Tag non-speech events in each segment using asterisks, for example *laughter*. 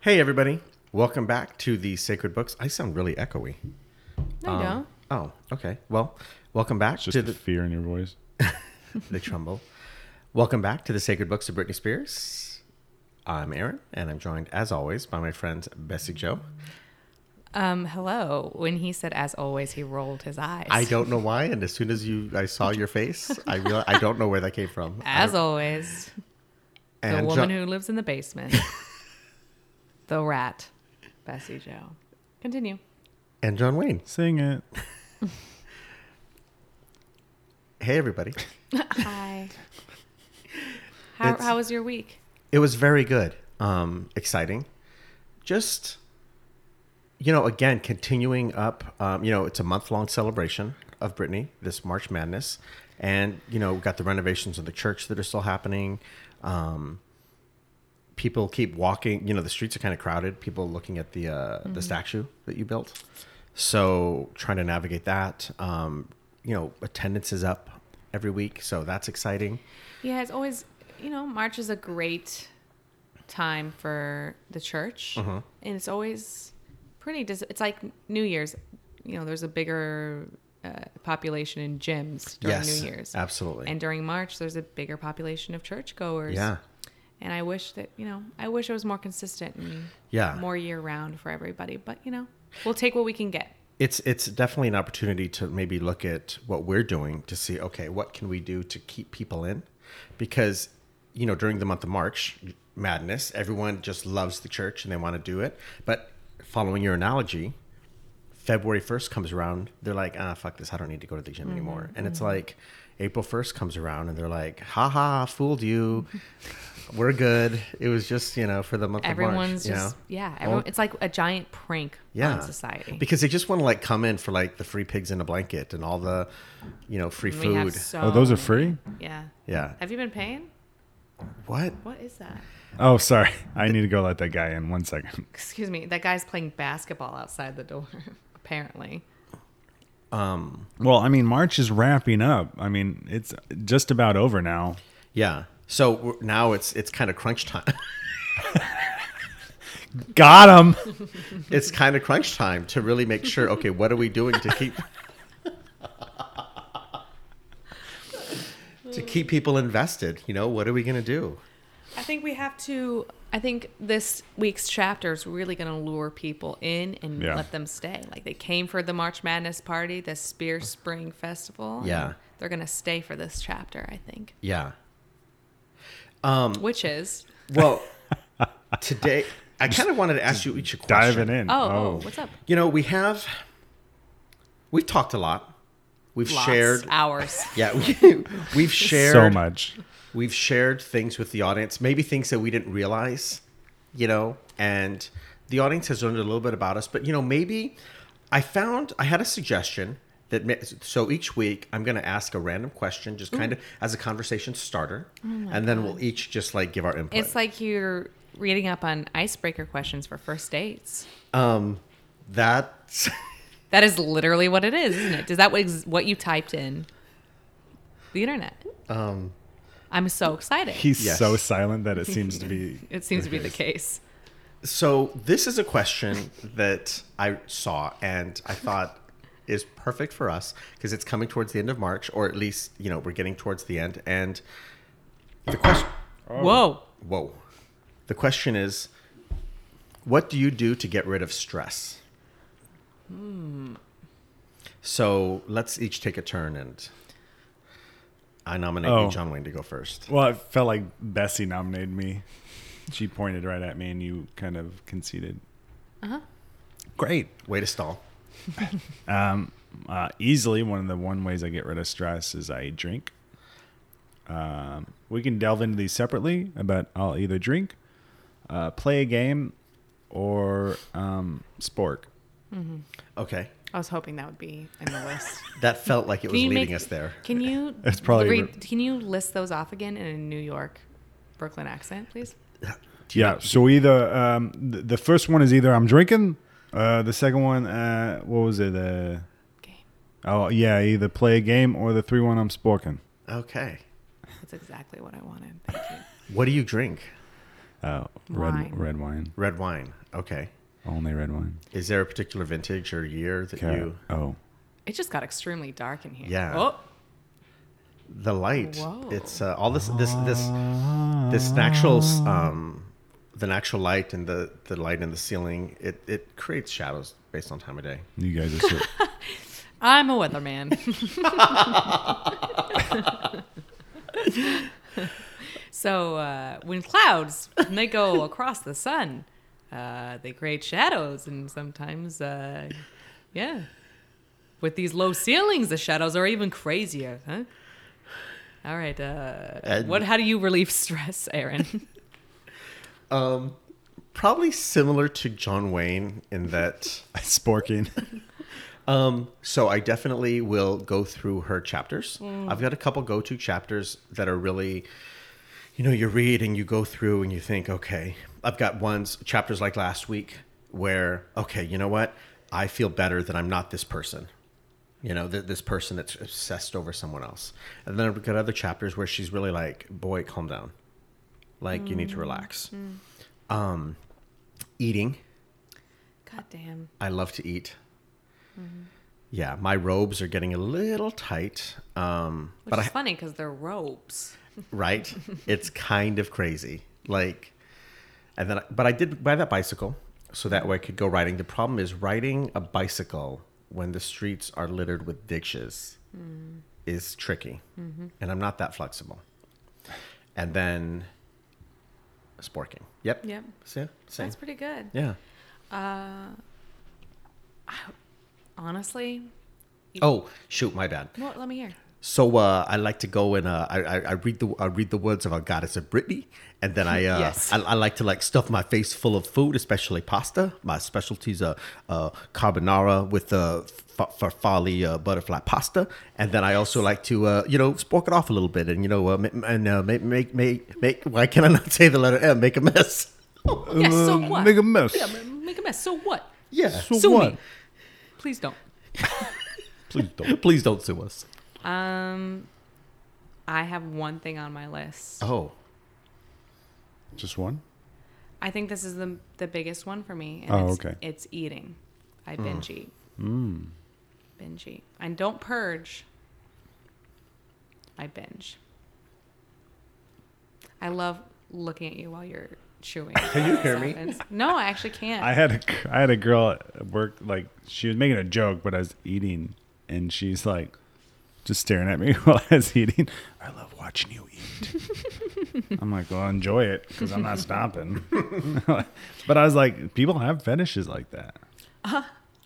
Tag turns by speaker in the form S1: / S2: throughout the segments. S1: Hey, everybody. Welcome back to the Sacred Books. I sound really echoey.
S2: No, you don't.
S1: Oh, okay. Well, welcome back
S3: Just
S1: to
S3: the
S1: the,
S3: fear in your voice.
S1: the trumbull. Welcome back to the Sacred Books of Britney Spears. I'm Aaron, and I'm joined, as always, by my friend Bessie Joe.
S2: Um, hello. When he said, as always, he rolled his eyes.
S1: I don't know why, and as soon as you, I saw your face, I realized, I don't know where that came from.
S2: As always, the woman who lives in
S1: *laughs*
S2: the basement, the rat, Bessie Joe. Continue.
S1: and John Wayne.
S3: Sing it.
S1: Hey, everybody.
S2: Hi. How,
S1: *laughs* It's-
S2: how was your week?
S1: It was very good, um, exciting. Just, you know, again, continuing up, um, you know, it's a month long celebration of Brittany, this March Madness. And, you know, we've got the renovations of the church that are still happening. Um, people keep walking, you know, the streets are kind of crowded. People looking at the, uh,
S2: Mm-hmm.
S1: the statue that you built. So trying to navigate that. Um, you know, attendance is up every week. So that's exciting.
S2: Yeah, it's always, you know, March is a great time for the church.
S1: Uh-huh.
S2: And it's always pretty, dis- it's like New Year's. You know, there's a bigger uh, population in gyms during
S1: yes.
S2: New Year's.
S1: Absolutely.
S2: And during March, there's a bigger population of churchgoers.
S1: yeah.
S2: And I wish that, you know, I wish it was more consistent and
S1: Yeah.
S2: more year round for everybody. But, you know, we'll take what we can get.
S1: it's it's definitely an opportunity to maybe look at what we're doing to see okay what can we do to keep people in because you know during the month of march madness everyone just loves the church and they want to do it but following your analogy february 1st comes around they're like ah fuck this i don't need to go to the
S2: Mm-hmm,
S1: gym anymore and it's like april 1st comes around and they're like ha ha fooled you we're good it was just you know for the month of march
S2: Everyone's
S1: you know?
S2: just, yeah, everyone, it's like a giant prank
S1: yeah
S2: on society.
S1: because they just want to like come in for like the free pigs in a blanket and all the you know free
S2: And we have
S1: food
S2: so
S3: Oh, those are free?
S2: Yeah.
S1: yeah
S2: Have you been paying?
S1: what
S2: What is that?
S3: Oh, sorry. I need to go let that guy in one second.
S2: Excuse me. That guy's playing basketball outside the door, *laughs* apparently.
S3: Well, I mean, March is wrapping up. I mean, it's just about over now.
S1: yeah so we're- now it's it's kind of crunch time
S3: Got him.
S1: *laughs* it's kind of crunch time to really make sure okay what are we doing to keep to keep people invested you know what are we going to do
S2: I think we have to. I think this week's chapter is really going to lure people in and
S3: Yeah.
S2: let them stay. Like they came for the March Madness party, the Spear Spring Festival. and
S1: Yeah.
S2: They're going to stay for this chapter, I think.
S1: yeah Um,
S2: Which is.
S1: well today i kind of wanted to ask you each a question
S3: Diving in.
S2: Oh, oh, what's up?
S1: you know we have we've talked a lot we've
S2: Lots,
S1: shared *laughs*
S2: Hours.
S1: Yeah,
S3: *laughs*
S1: we, we've shared
S3: so much.
S1: We've shared things with the audience, maybe things that we didn't realize, you know, and the audience has learned a little bit about us. But you know, maybe I found I had a suggestion that ma- so each week I'm going to ask a random question,
S3: Mm.
S1: just kind of as a conversation starter,
S3: Oh
S1: and then we'll each just like give our input.
S2: It's like you're reading up on icebreaker questions for first dates.
S1: um, that
S2: That is literally what it is, isn't it? Is that what, is what you typed in? The internet.
S1: um,
S2: I'm so excited.
S3: He's
S1: Yes.
S3: so silent that it seems to be.
S2: it seems to be the case.
S1: So this is a question that I saw and I thought is perfect for us because it's coming towards the end of March, or at least you know we're getting towards the end. And the question,
S2: Whoa.
S1: whoa, the question is, what do you do to get rid of stress?
S2: Hmm.
S1: So let's each take a turn, and I nominate you,
S3: Oh.
S1: John Wayne, to go first.
S3: Well, it felt like Bessie nominated me. She pointed right at me, and you kind of conceded. Uh huh. Great.
S1: Way to stall.
S3: Um, uh, easily, one of the one ways I get rid of stress is I drink. Um, we can delve into these separately, but I'll either drink, uh, play a game, or um, spork.
S1: Okay,
S2: I was hoping that would be in the list.
S1: that felt like *laughs* it was
S2: you
S1: leading
S2: make-
S1: us
S2: *laughs*
S1: there.
S2: Can you
S1: *laughs*
S3: It's probably-
S2: read, can you list those off again in a New York Brooklyn accent, please?
S3: Yeah. So either um, th- the first one is either I'm drinking. Uh, the second one, uh, what was it? Uh,
S2: Okay.
S3: oh yeah, either play a game or the three one I'm sporking.
S1: Okay,
S2: That's exactly what I wanted. Thank you.
S1: what do you drink?
S3: Uh,
S2: Wine.
S3: red red wine,
S1: Red wine. Okay.
S3: only red wine.
S1: Is there a particular vintage or year that
S3: Ca-
S1: you
S3: Oh,
S2: It just got extremely dark in here.
S1: Yeah.
S2: Oh,
S1: the light?
S2: Whoa.
S1: It's uh, all this this this this natural s- um the natural light and the the light in the ceiling. It it creates shadows based on time of day.
S3: you guys are so.
S2: *laughs* I'm a *laughs* weatherman. so uh, when clouds when they go across the sun, uh, they create shadows, and sometimes, uh, yeah, with these low ceilings, the shadows are even crazier, huh? All right, uh,
S1: And-
S2: what? How do you relieve stress, *laughs* Aaron?
S1: Probably similar to John Wayne in that.
S3: sporking.
S1: So I definitely will go through her chapters. I've got a couple go-to chapters that are really, you know, you read and you go through and you think, okay, I've got ones chapters like last week where, okay, you know what, I feel better that I'm not this person. You know, th- this person that's obsessed over someone else. And then I've got other chapters where she's really like, boy, calm down. Like, you need to relax. Um, eating.
S2: God damn.
S1: I love to eat.
S2: Mm-hmm.
S1: Yeah, my robes are getting a little tight, um,
S2: Which
S1: but
S2: is *laughs*
S1: I,
S2: funny because they're robes.
S1: right, it's kind of crazy. Like, and then, I, but I did buy that bicycle so that way I could go riding. The problem is riding a bicycle when the streets are littered with ditches
S2: Mm.
S1: is tricky,
S2: Mm-hmm.
S1: and I'm not that flexible. And then, sporking. Yep.
S2: Yep.
S1: See, same.
S2: That's pretty good.
S1: yeah.
S2: Honestly,
S1: Oh shoot, my bad.
S2: well, let me hear.
S1: So uh, I like to go and uh, I, I, I read the I read the words of our goddess of Brittany, and then *laughs* I, uh,
S2: Yes.
S1: I I like to like stuff my face full of food, especially pasta. My specialties are uh, carbonara with uh, f- farfalle uh, butterfly pasta, and then I also like to uh, you know spork it off a little bit, and you know uh, ma- and uh, make, make make make why can I not *laughs* say the letter M? Make a mess. *laughs*
S2: Yeah, so
S3: Um,
S2: what?
S3: make a mess.
S2: Yeah, ma- make a mess. So what?
S1: Yeah.
S3: So
S2: Sue *laughs*
S3: what?
S2: me. Please don't.
S3: Please don't.
S1: Please don't sue us.
S2: Um, I have one thing on my list.
S1: Oh,
S3: Just one.
S2: I think this is the the biggest one for me. And
S3: Oh,
S2: it's,
S3: okay. Hmm.
S2: It's eating. I binge eat. Binge eat. I don't purge. I binge. I love looking at you while you're
S3: *laughs*
S2: chewing. *laughs* Can
S1: you hear me?
S2: No, I actually can't.
S3: I had a I had a girl at work like she was making a joke, but I was eating, and she's like, just staring at me *laughs* while I was eating. I love watching you eat.
S2: *laughs*
S3: I'm like, well, enjoy it because I'm not stopping. *laughs* but I was like, people have fetishes like that.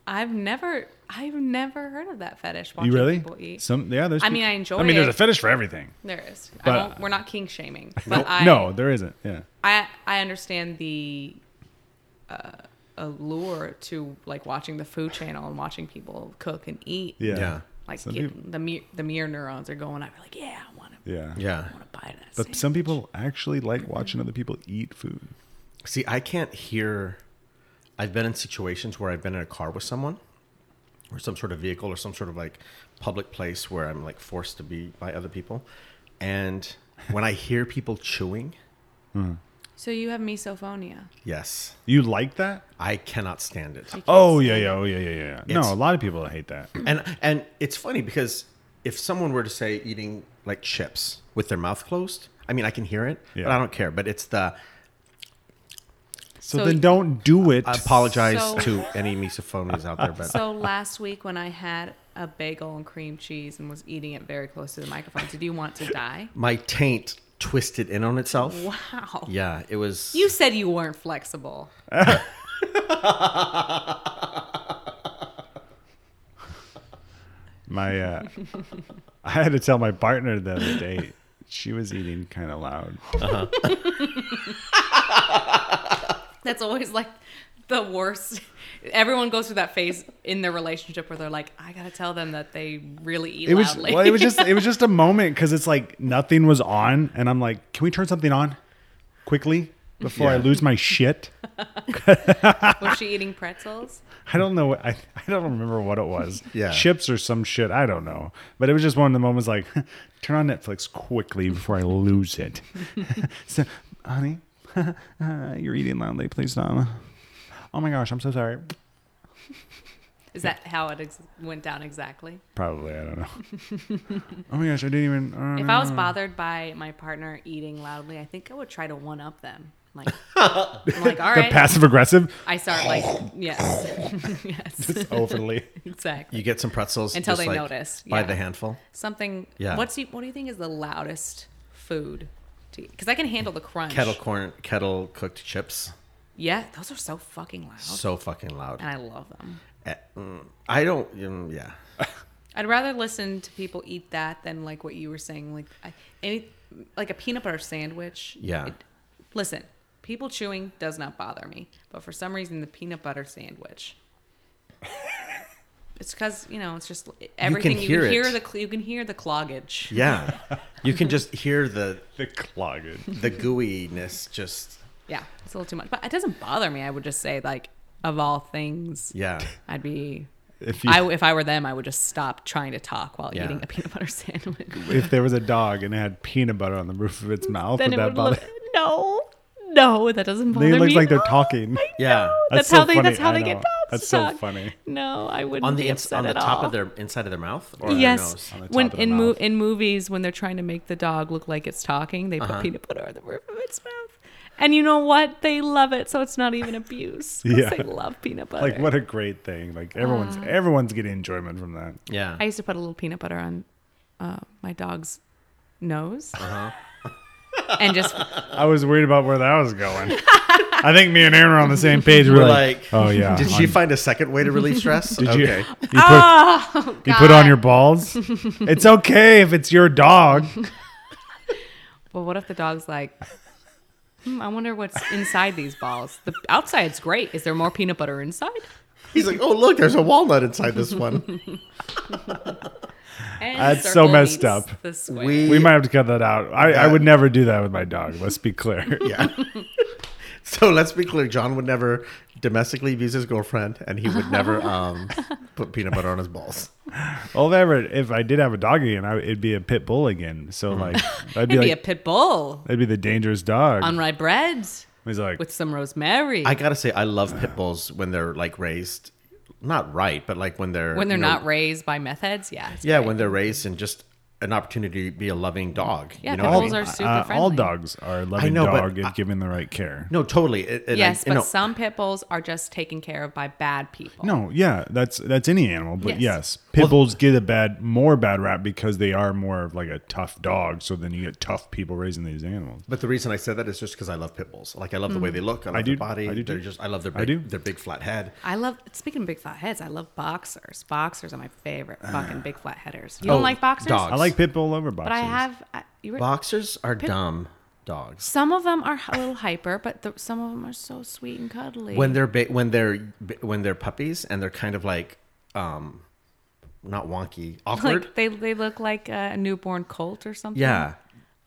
S2: I've never, I've never heard of that fetish. Watching
S3: you really?
S2: people eat.
S3: Some yeah. There's.
S2: I
S3: peop-
S2: mean, I enjoy
S3: I mean, there's
S2: it.
S3: a fetish for everything.
S2: There is. I
S3: But-
S2: don't, we're not king
S3: *laughs*
S2: shaming, but I,
S3: no, there isn't. Yeah.
S2: I I understand the uh, allure to like watching the Food Channel and watching people cook and eat.
S3: Yeah.
S1: Yeah.
S2: Like
S3: Some
S2: get-
S3: peop-
S2: the mere, the mere neurons are going. I'm like, yeah, I want to.
S3: yeah.
S1: yeah.
S2: I want to buy that.
S3: But some people actually like watching other people eat food.
S1: See, I can't hear. I've been in situations where I've been in a car with someone, or some sort of vehicle, or some sort of like public place where I'm like forced to be by other people, and when I hear people chewing,
S2: so you have misophonia.
S1: yes,
S3: You like that?
S1: I cannot stand it.
S3: Oh yeah, yeah, oh yeah, yeah, yeah. yeah.
S1: It's-
S3: No, a lot of people hate that.
S1: And and it's funny because if someone were to say eating like chips with their mouth closed, I mean I can hear it, but
S3: Yeah.
S1: I don't care. But it's the
S3: So,
S2: So-
S3: then don't do it.
S1: I apologize
S2: So-
S1: to any misophonias out there, but
S2: *laughs* So last week when I had a bagel and cream cheese and was eating it very close to the microphone, did you want to die?
S1: my taint twisted in on itself.
S2: *laughs* Wow.
S1: Yeah, it was.
S2: You said you weren't flexible.
S3: My, uh, I had to tell my partner the other day. She was eating kind of loud.
S2: That's always like the worst. Everyone goes through that phase in their relationship where they're like, I gotta tell them that they really eat
S3: It was
S2: loudly.
S3: well, it was just it was just a moment because it's like nothing was on, and I'm like, can we turn something on quickly before I
S1: Yeah.
S3: lose my shit?
S2: *laughs* was she eating pretzels?
S3: I don't know. What, I *laughs* I don't remember what it was.
S1: Yeah.
S3: chips or some shit. I don't know. But it was just one of the moments *laughs* like, turn on Netflix quickly before I lose it. so, honey, *laughs* You're eating loudly. Please stop. Oh my gosh, I'm so sorry.
S2: Is that how it ex- went down exactly?
S3: Probably, I don't know.
S2: *laughs*
S3: oh my gosh, I didn't even. I don't
S2: If I was
S3: know.
S2: bothered by my partner eating loudly, I think I would try to one up them. Like, I'm like, all
S3: *laughs* the Oh.
S2: right.
S3: passive aggressive,
S2: I start like, yes, *laughs* yes,
S3: overly.
S2: exactly.
S1: You get some pretzels
S2: Until
S1: just,
S2: they
S1: like,
S2: notice,
S1: by
S2: yeah.
S1: the handful.
S2: Something.
S1: Yeah.
S2: What's you, what do you think is the loudest food? to Because I can handle the crunch.
S1: Kettle corn, kettle cooked chips,
S2: Yeah, those are so fucking loud,
S1: so fucking loud.
S2: and I love them.
S1: Eh, mm, I don't. mm, Yeah,
S2: I'd rather listen to people eat that than like what you were saying, like I, any like a peanut butter sandwich.
S1: Yeah.
S2: listen, people chewing does not bother me, but for some reason the peanut
S1: *laughs*
S2: butter sandwich. it's because you know it's just everything you can
S1: hear
S2: hear,
S1: it.
S2: the cl- you can hear the cloggage.
S3: *laughs*
S1: yeah. you can just hear the
S3: *laughs* The clogged.
S1: the gooiness. Just
S2: Yeah, it's a little too much, but it doesn't bother me. I would just say like of all things, *laughs*
S1: yeah.
S2: I'd be.
S3: If you,
S2: I, if I were them, I would just stop trying to talk while
S1: Yeah.
S2: eating a peanut butter *laughs* sandwich.
S3: if there was a dog and it had peanut butter on the
S2: *laughs*
S3: roof of its mouth,
S2: then
S3: would
S2: it
S3: that
S2: would
S3: bother? *laughs*
S2: look no no that doesn't bother
S3: they look
S2: me *gasps*
S3: like they're
S2: at all.
S3: talking.
S1: Yeah.
S2: that's,
S3: so
S2: how they
S3: funny.
S2: that's how
S3: I
S2: they
S3: know.
S2: get dogs
S3: That's
S2: to
S3: so
S2: talk.
S3: funny.
S2: no i wouldn't
S1: on the
S2: be
S1: ins-
S2: upset
S1: on the
S2: at
S1: top
S2: all.
S1: of their inside of their mouth or their
S2: yes
S1: nose.
S3: On the top
S2: when
S3: of the
S2: in mo-
S3: mouth.
S2: in movies when they're trying to make the dog look like it's talking they put
S1: Uh-huh.
S2: peanut butter on the roof of its mouth and you know what they love it so it's not even
S3: *laughs*
S2: abuse 'cause
S3: Yeah.
S2: they love peanut butter
S3: Like what a great thing! Like everyone's everyone's getting enjoyment from that.
S1: Yeah.
S2: i used to put a little peanut butter on uh, my dog's nose
S1: Uh-huh.
S2: and just
S3: I was worried about where that was going. I think me and Aaron are on the same page. We're,
S1: We're
S3: like,
S1: like,
S3: oh
S1: *laughs*
S3: yeah.
S1: Did she find a second way to
S2: *laughs*
S1: relieve stress?
S3: Did you, *laughs*
S1: okay.
S3: you put,
S2: Oh,
S3: you put on
S2: *laughs*
S3: your balls? it's okay if it's your dog.
S2: Well, what if the dog's like, hmm, I wonder what's inside these balls. The outside's great. Is there more peanut butter inside?
S1: He's like, oh look, there's a walnut inside this
S2: *laughs*
S1: one.
S2: And
S3: That's
S2: the
S3: so
S2: circle
S3: messed
S2: meets
S3: up.
S2: The square.
S3: We might have to cut that out. I, I would never do that with my dog. Let's be clear.
S1: *laughs* Yeah. so let's be clear. John would never domestically abuse his girlfriend, and he would
S2: *laughs*
S1: never um, put peanut butter on his balls.
S3: well, if I ever if I did have a dog again, I, it'd be a pit bull again. So
S1: Mm.
S3: like,
S2: *laughs*
S3: that'd be
S2: It'd be a
S3: like
S2: pit bull
S3: that'd be the dangerous dog.
S2: on rye bread
S3: He's like,
S2: with some rosemary.
S1: I gotta say, I love pit bulls when they're like raised, not right, but like when they're
S2: when they're
S1: you know,
S2: not raised by meth heads, yeah. it's
S1: Yeah,
S2: great.
S1: when they're raised and just an opportunity to be a loving dog.
S2: Yeah,
S1: you know what
S2: pit
S1: I
S2: bulls
S1: mean?
S2: are super
S3: uh,
S2: friendly.
S3: all dogs are a loving
S1: know, but
S3: dog if
S1: I-
S3: given the right care.
S1: No, totally. It- it-
S2: Yes,
S1: I-
S2: but
S1: no,
S2: some pit bulls are just taken care of by bad people.
S3: No, yeah, that's that's any animal, but yes,
S2: Yes.
S3: pit bulls get a bad, more bad rap because they are more of like a tough dog. So then you get tough people raising these animals.
S1: But the reason I said that is just because I love pit bulls. Like I love
S2: Mm.
S1: the way they look. I love
S3: do-
S1: their body.
S3: I do
S1: they're
S3: too.
S1: just. I love their. Big,
S3: I do.
S1: Their big flat head.
S2: I love speaking of big flat heads. I love boxers. Boxers are my favorite
S3: Ah.
S2: fucking big flat headers. You don't
S1: Oh,
S2: like boxers?
S1: dogs.
S3: I like pit bull over boxers.
S2: But I have. I, you were,
S1: Boxers are dumb dogs.
S2: Some of them are a little hyper, but the, some of them are so sweet and cuddly.
S1: When they're ba- when they're ba- when they're puppies and they're kind of like, um, not wonky, awkward.
S2: *laughs* like they they look like a newborn colt or something.
S1: yeah,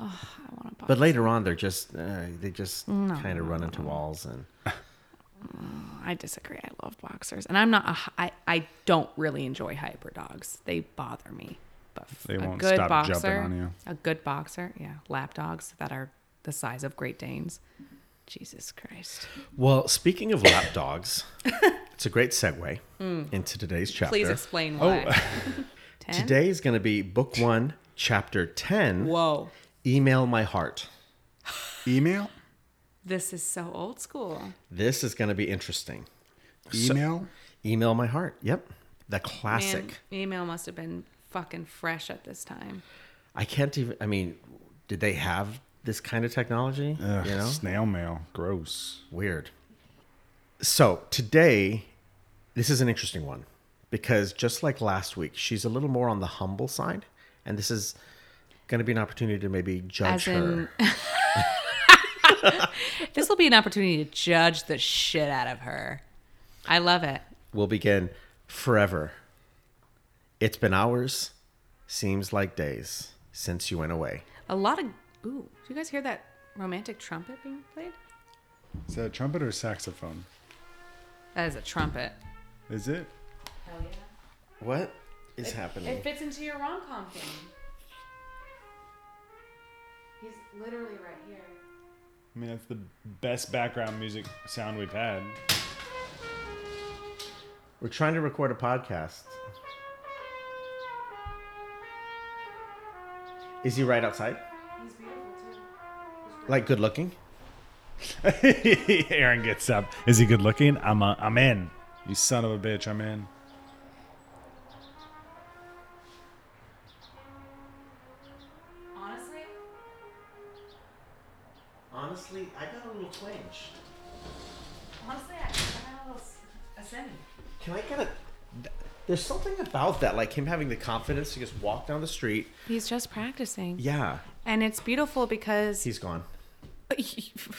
S2: I want to.
S1: but later on they're just uh, they just kind of run into walls and
S2: I disagree. I love boxers, and I'm not. A, hi- I I don't really enjoy hyper dogs. They bother me. But f-
S3: They
S2: a
S3: won't
S2: good
S3: stop
S2: boxer,
S3: jumping on you.
S2: A good boxer, yeah, lap dogs that are the size of Great Danes. Jesus Christ!
S1: Well, speaking of lap *laughs* dogs, it's a great segue into today's chapter.
S2: Please explain
S3: Oh.
S2: why.
S3: *laughs*
S2: Ten.
S1: Today is going to be book one, chapter 10
S2: Whoa,
S1: Email My Heart.
S3: email,
S2: this is so old school.
S1: This is going to be interesting.
S3: email.
S1: Email My Heart. Yep. The classic.
S2: Man, email must have been fucking fresh at this time.
S1: I can't even, I mean, did they have this kind of technology?
S3: Ugh,
S1: you know?
S3: snail mail, gross.
S1: Weird. So today, this is an interesting one because just like last week, she's a little more on the humble side, and this is going to be an opportunity to maybe judge
S2: As in- *laughs*
S1: her.
S2: This will be an opportunity to judge the shit out of her. I love it.
S1: We'll begin forever. It's been hours, seems like days since you went away.
S2: A lot of ooh. Do you guys hear that romantic trumpet being played?
S3: Is that a trumpet or saxophone?
S2: That is a trumpet.
S3: Is it?
S2: Hell yeah!
S1: What is happening?
S2: It fits into your rom com thing. He's literally right here.
S3: I mean, that's the best background music sound we've had. *laughs*
S1: We're trying to record a podcast. Is he right outside?
S2: He's beautiful too.
S1: Like good looking?
S3: Aaron gets up. Is he good looking? I'm a, I'm in. You son of a bitch, I'm in.
S2: Honestly,
S1: Honestly, I got a little twinge.
S2: honestly, I got a little ascendant.
S1: Can I get a? There's something about that, like him having the confidence to just walk down the street.
S2: He's just practicing,
S1: Yeah,
S2: and it's beautiful because
S1: he's gone.
S2: *laughs*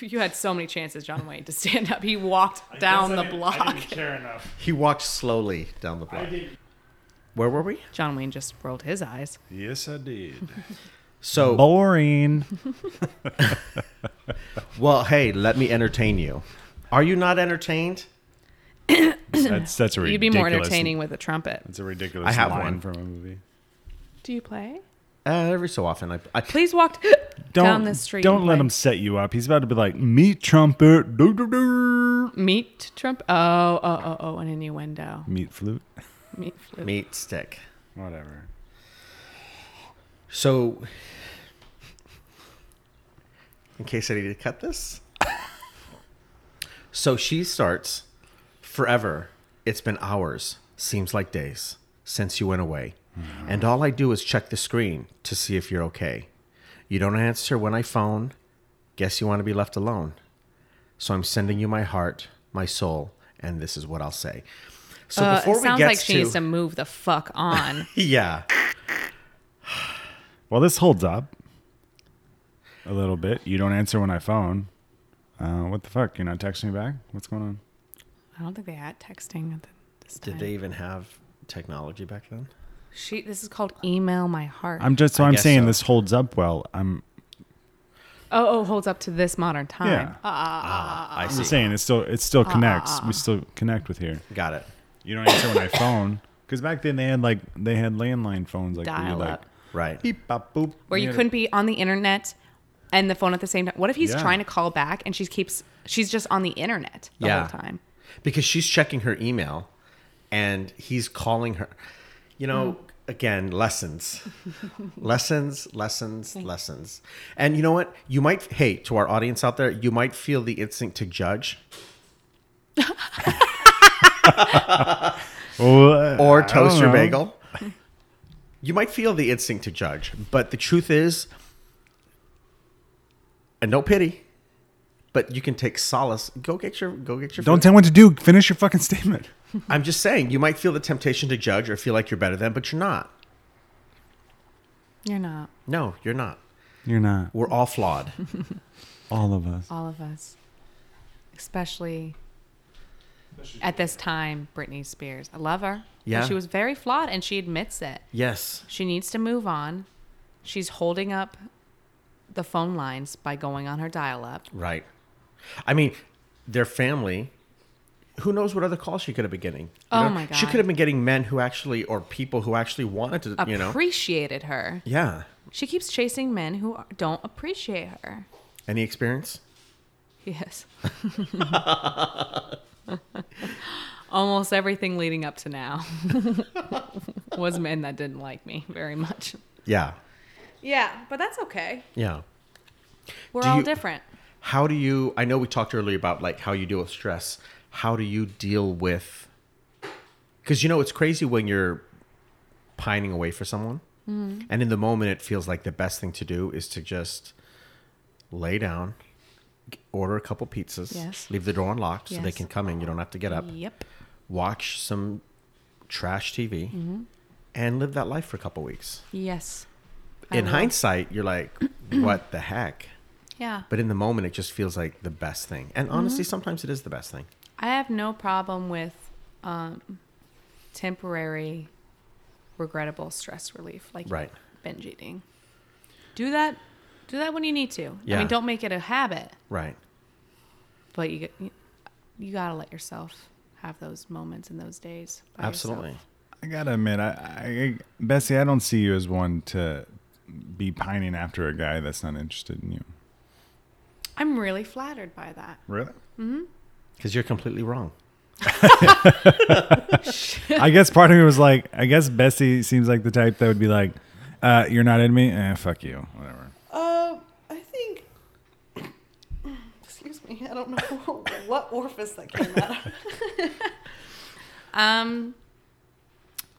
S2: you had so many chances, John Wayne, to stand up. He walked down the block.
S3: care enough.
S1: He walked slowly down the block. Where were we?
S2: John Wayne just rolled his eyes.
S3: Yes, I did.
S1: So,
S3: Boring.
S1: well, hey, let me entertain you. Are you not entertained?
S3: That's that's a
S2: *laughs*
S3: ridiculous.
S2: You'd be more entertaining with a trumpet.
S3: That's a ridiculous
S1: I have
S3: line
S1: one.
S3: from a movie.
S2: Do you play?
S1: Uh, every so often, I, I
S2: Please walk
S1: *gasps*
S3: Don't
S2: down the street.
S3: Don't
S2: and
S3: let
S2: play.
S3: him set you up. He's about to be like meat trumpet, doo doo doo,
S2: meet Trump. Oh, oh, oh, oh, an innuendo.
S3: meat flute,
S2: Meet flute.
S1: meat stick.
S3: whatever.
S1: So, in case I need to cut this, *laughs* so she starts forever. It's been hours, seems like days, since you went away. And all I do is check the screen to see if you're okay. You don't answer when I phone. Guess you want to be left alone. So I'm sending you my heart, my soul, and this is what I'll say. So
S2: Uh,
S1: before
S2: it
S1: we
S2: sounds
S1: get
S2: like she
S1: to
S2: needs to move the fuck on.
S1: *laughs* yeah,
S3: Well, this holds up a little bit. You don't answer when I phone. Uh, what the fuck? You're not texting me back? What's going on?
S2: I don't think they had texting at the, this time.
S1: did they even have technology back then?
S2: She. This is called email my heart.
S3: I'm just so
S1: I
S3: I'm
S1: guess
S3: saying
S1: so.
S3: this holds up well. I'm
S2: oh, oh, holds up to this modern time. Uh,
S3: Yeah.
S1: I
S3: just
S1: see.
S3: saying it still it
S2: Ah.
S3: still connects. we still connect with here.
S1: Got it.
S3: You don't answer when I phone because back then they had like they had landline phones like where you,
S2: Dial
S3: like,
S2: up.
S1: Right.
S3: beep bop boop
S2: where you
S3: had a-
S2: couldn't be on the internet and the phone at the same time. What if he's
S3: Yeah.
S2: trying to call back and she keeps? She's just on the internet the
S1: Yeah.
S2: whole time.
S1: because she's checking her email and he's calling her you know
S3: Mm.
S1: again lessons
S3: *laughs*
S1: lessons lessons lessons and you know what you might hey to our audience out there you might feel the instinct to judge
S3: Well,
S1: or
S3: I don't
S1: toast your
S3: know. *laughs*
S1: bagel you might feel the instinct to judge but the truth is and no pity but you can take solace go get your go get your
S3: Don't
S1: food.
S3: tell me what to do. Finish your fucking statement.
S1: I'm just saying you might feel the temptation to judge or feel like you're better than but you're not
S2: You're not
S1: no you're not
S3: You're not
S1: We're all
S2: *laughs*
S1: flawed.
S3: all of us.
S2: all of us, especially at this time. Britney Spears. I love her. but
S1: Yeah.
S2: she was very flawed and she admits it.
S1: yes.
S2: She needs to move on. She's holding up the phone lines by going on her dial up.
S1: Right. I mean, their family. Who knows what other calls she could have been getting? You
S2: Oh
S1: know?
S2: my
S1: She
S2: God.
S1: could have been getting men who actually, or people who actually wanted to, you know.
S2: Appreciated her.
S1: Yeah.
S2: She keeps chasing men who don't appreciate her.
S1: Any experience?
S2: Yes. *laughs* Almost everything leading up to now *laughs* was men that didn't like me very much.
S1: Yeah.
S2: Yeah, but that's okay.
S1: Yeah.
S2: We're
S1: Do
S2: all
S1: you-
S2: different.
S1: How do you? I know we talked earlier about like how you deal with stress. How do you deal with? Because you know it's crazy when you're pining away for someone,
S2: Mm-hmm.
S1: and in the moment it feels like the best thing to do is to just lay down, g- order a couple pizzas,
S2: Yes.
S1: leave the door unlocked so they
S2: Yes. Mm-hmm.
S1: can come in. You don't have to get up.
S2: Yep.
S1: Watch some trash TV,
S2: Mm-hmm.
S1: and live that life for a couple weeks.
S2: Yes. I
S1: In
S2: will.
S1: hindsight, you're like, *clears throat* what the heck?
S2: Yeah.
S1: But in the moment, it just feels like the best thing. And
S2: Mm-hmm.
S1: honestly, sometimes it is the best thing.
S2: I have no problem with um, temporary, regrettable stress relief, like
S1: Right.
S2: binge eating. Do that. Do that when you need to. I
S1: Yeah.
S2: mean, don't make it a habit,
S1: Right.
S2: but you get- you- you gotta let yourself have those moments and those days. by
S1: Absolutely.
S2: yourself.
S3: I gotta admit, I, I Bessie, I don't see you as one to be pining after a guy that's not interested in you.
S2: I'm really flattered by that.
S3: Really?
S1: because you're completely wrong.
S3: I guess part of me was like, I guess Bessie seems like the type that would be like, uh, "You're not in me, eh, fuck you, whatever."
S4: Uh, I think. Excuse me. I don't know what orifice that came out. of.
S2: Um,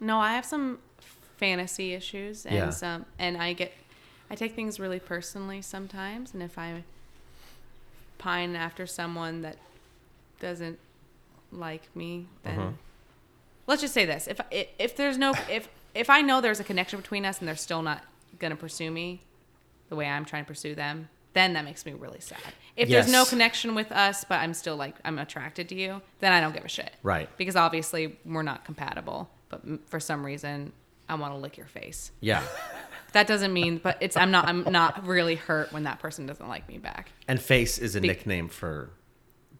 S2: no, I have some fantasy issues, and
S1: Yeah.
S2: some, and I get, I take things really personally sometimes, and if I pine after someone that doesn't like me, then
S1: Uh-huh.
S2: let's just say this: if i- if there's no if if I know there's a connection between us and they're still not gonna pursue me the way I'm trying to pursue them, then that makes me really sad. If there's no
S1: Yes.
S2: connection with us, but I'm still like I'm attracted to you, then I don't give a shit
S1: Right.
S2: because obviously we're not compatible but m- for some reason i want to lick your face
S1: Yeah.
S2: that doesn't mean but it's i'm not i'm not really hurt when that person doesn't like me back
S1: *laughs* And face is a
S2: Be-
S1: nickname for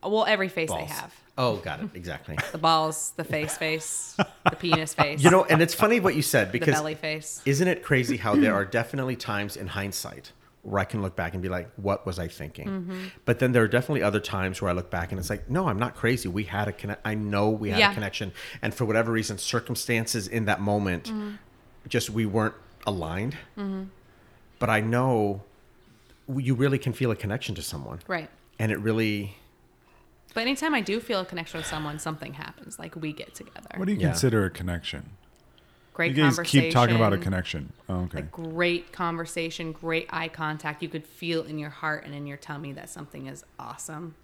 S2: well every face
S1: balls.
S2: they have
S1: Oh, got it. Exactly.
S2: the balls the face face the penis face
S1: *laughs* you know, and it's funny what you said
S2: *laughs* the
S1: because
S2: belly face
S1: isn't it crazy how
S2: *clears throat*
S1: there are definitely times in hindsight where I can look back and be like, what was I thinking?
S2: Mm-hmm.
S1: But then there are definitely other times where I look back and it's like, no, I'm not crazy. We had a connect. I know we had
S2: Yeah.
S1: a connection. And for whatever reason, circumstances in that moment,
S2: Mm-hmm.
S1: just we weren't aligned. But I know you really can feel a connection to someone.
S2: right
S1: And it really,
S2: but anytime i do feel a connection with someone something happens like we get together
S3: What do you
S1: Yeah.
S3: consider a connection?
S2: great
S3: you guys
S2: conversation
S3: keep talking about a connection. Oh, okay.
S2: like great conversation great eye contact you could feel in your heart and in your tummy that something is awesome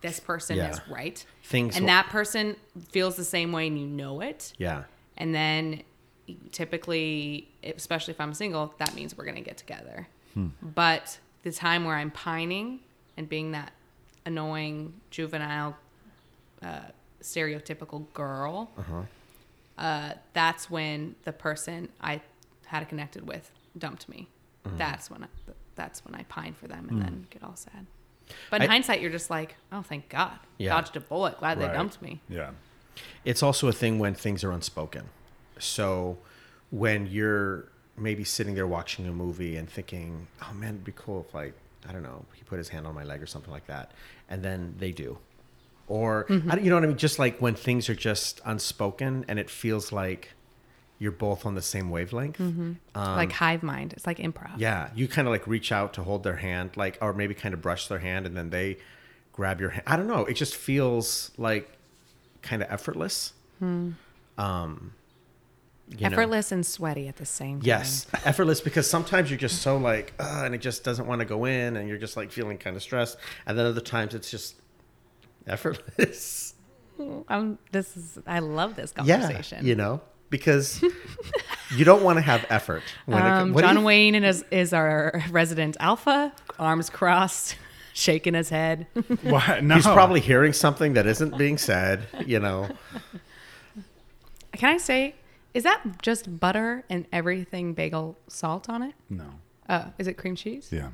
S2: this person
S1: Yeah.
S2: is right
S1: Things
S2: and
S1: will-
S2: that person feels the same way and you know it
S1: yeah.
S2: and then typically especially if i'm single that means we're going to get together
S1: Hmm.
S2: but the time where i'm pining and being that annoying juvenile uh, stereotypical girl
S1: Uh-huh.
S2: uh, that's when the person i had connected with dumped me
S1: Uh-huh.
S2: that's when I, that's when i pine for them and then get all sad but in
S1: Hmm. I-
S2: hindsight you're just like oh thank god
S1: Yeah.
S2: dodged a bullet glad
S3: Right.
S2: they dumped me *laughs*
S3: Yeah.
S1: it's also a thing when things are unspoken. So when you're maybe sitting there watching a movie and thinking, "Oh man, it'd be cool if like I don't know, he put his hand on my leg or something like that," and then they do, or I don't, you know what I mean? Just like when things are just unspoken and it feels like you're both on the same wavelength. Um,
S2: like hive mind it's like improv
S1: Yeah, you kind of like reach out to hold their hand, like, or maybe kind of brush their hand, and then they grab your hand. I don't know. It just feels like kind of effortless. Um, you know.
S2: Hmm. effortless Mm. and sweaty at the same time.
S1: Yes, effortless because sometimes you're just so like, Ugh, and it just doesn't want to go in, and you're just like feeling kind of stressed. And then other times it's just
S2: *laughs*
S1: effortless.
S2: I'm, this is I love this
S1: yeah,
S2: conversation.
S1: you know, because you don't want to have effort. When it-
S2: *laughs* um,
S1: what do
S2: John
S1: you-
S2: Wayne is is our resident alpha, arms crossed, *laughs* shaking his head.
S3: Why? No.
S1: He's probably hearing something that isn't being said, you know.
S2: Can I say, is that just butter and everything bagel salt on it?
S3: no.
S2: Oh, is it cream cheese?
S3: Yeah.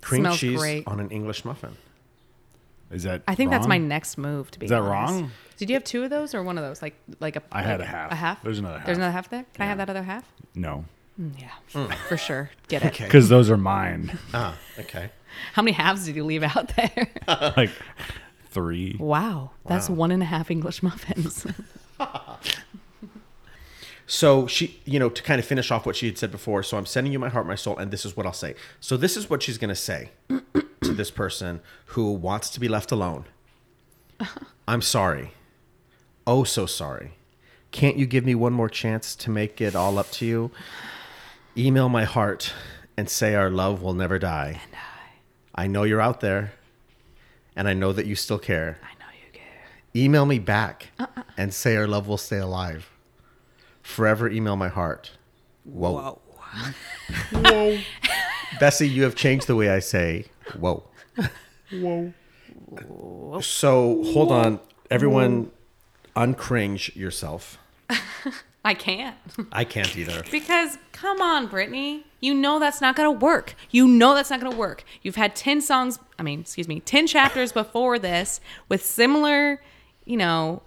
S1: cream
S2: Smells
S1: cheese
S2: great.
S1: on an English muffin.
S3: Is that?
S2: I think that's my
S3: wrong?
S2: next move. To be
S3: Is that
S2: honest.
S3: wrong?
S2: Did you have two of those or one of those? Like like a.
S3: I had
S2: like
S3: a half.
S2: A half.
S3: There's another half.
S2: There's another half there. Can I have that other half?
S3: No,
S2: Mm, yeah, for sure. Get it.
S1: Okay.
S3: because those are mine.
S1: Ah, okay.
S2: How many halves did you leave out there?
S3: *laughs* like three.
S2: Wow, that's
S1: Wow.
S2: one and a half English *laughs* muffins.
S1: So she, you know, to kind of finish off what she had said before. So I'm sending you my heart, my soul, and this is what I'll say. So this is what she's going to say *coughs* to this person who wants to be left
S2: *laughs*
S1: alone. I'm sorry. Oh, so sorry. Can't you give me one more chance to make it all up to you? Email my heart and say our love will never die. And I. I know you're out there, and I know that you still care.
S2: I know you care.
S1: email me back and say our love will stay alive. Forever email my heart. Whoa. Whoa.
S3: Whoa,
S1: *laughs* Bessie, you have changed the way I say whoa.
S3: whoa.
S1: So hold on. Everyone, uncringe yourself.
S2: I can't. *laughs*
S1: I can't either.
S2: Because come on, Brittany. You know that's not gonna work. You know that's not gonna work. You've had ten songs I mean, excuse me, ten chapters before this with similar, you know,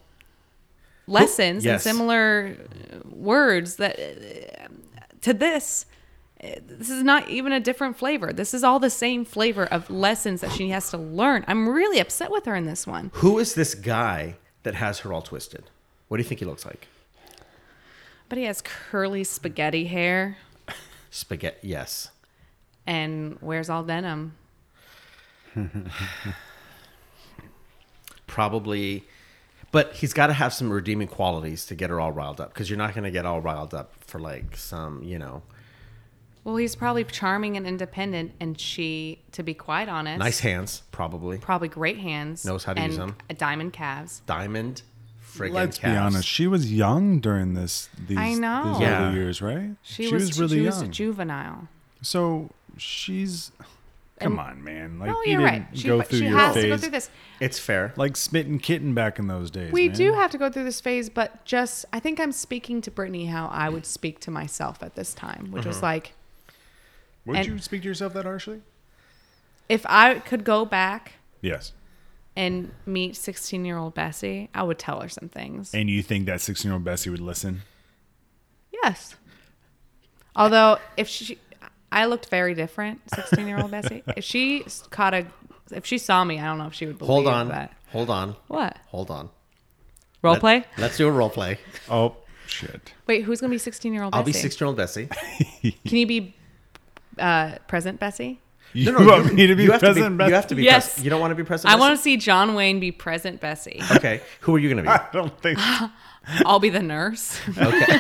S2: lessons
S1: Yes.
S2: and similar uh, words that uh, to this. this is not even a different flavor. This is all the same flavor of lessons that she has to learn. I'm really upset with her in this one.
S1: Who is this guy that has her all twisted? What do you think he looks like?
S2: But he has curly spaghetti hair
S1: Spaghetti. Yes.
S2: and wears all denim.
S1: Probably. But he's got to have some redeeming qualities to get her all riled up because you're not going to get all riled up for like some, you know,
S2: Well, he's probably charming and independent, and she, to be quite honest,
S1: nice hands, probably.
S2: probably great hands,
S1: Knows how to
S2: and
S1: use 'em.
S2: a diamond calves.
S1: Diamond friggin'
S3: Let's be
S1: calves.
S3: honest. She was young during this. These,
S2: I know.
S3: These
S1: Yeah.
S3: early years, right?
S2: She, was, really she was juvenile.
S3: so she's. Come on, man! Like
S2: No,
S3: you
S2: Oh, you're
S3: didn't
S2: right. She,
S3: go
S2: but
S3: through
S2: she
S3: your
S2: has
S3: phase
S2: to go through this.
S1: It's fair.
S3: like spitting kitten back in those days.
S2: We
S3: man.
S2: do have to go through this phase, but just I think I'm speaking to Brittany how I would speak to myself at this time, which
S1: Mm-hmm.
S2: was like
S3: Would
S2: and-
S3: you speak to yourself that harshly?
S2: if I could go back
S3: Yes.
S2: and meet 16 year old Bessie, I would tell her some things.
S3: And you think that sixteen-year-old Bessie would listen?
S2: Yes. Although if she, I looked very different, 16 *laughs* year old Bessie. If she caught a, if she saw me, I don't know if she would believe
S1: Hold on.
S2: that.
S1: Hold on.
S2: What
S1: Hold on.
S2: role
S1: Let-
S2: play?
S1: Let's do a role play.
S3: Oh shit!
S2: Wait, who's gonna be 16 year old?
S1: I'll be 16 year old
S3: *laughs*
S1: Bessie.
S2: Can you be uh, present, Bessie?
S3: You want me to be
S1: you have
S3: present,
S1: To be,
S3: Bessie? *laughs*
S1: You have to be
S2: Yes.
S1: present. You don't want to be present.
S2: I want to see John Wayne be present, *laughs* Bessie.
S1: to. Okay. Who are you going to
S3: I don't think.
S2: I'll be the nurse.
S1: be? Okay.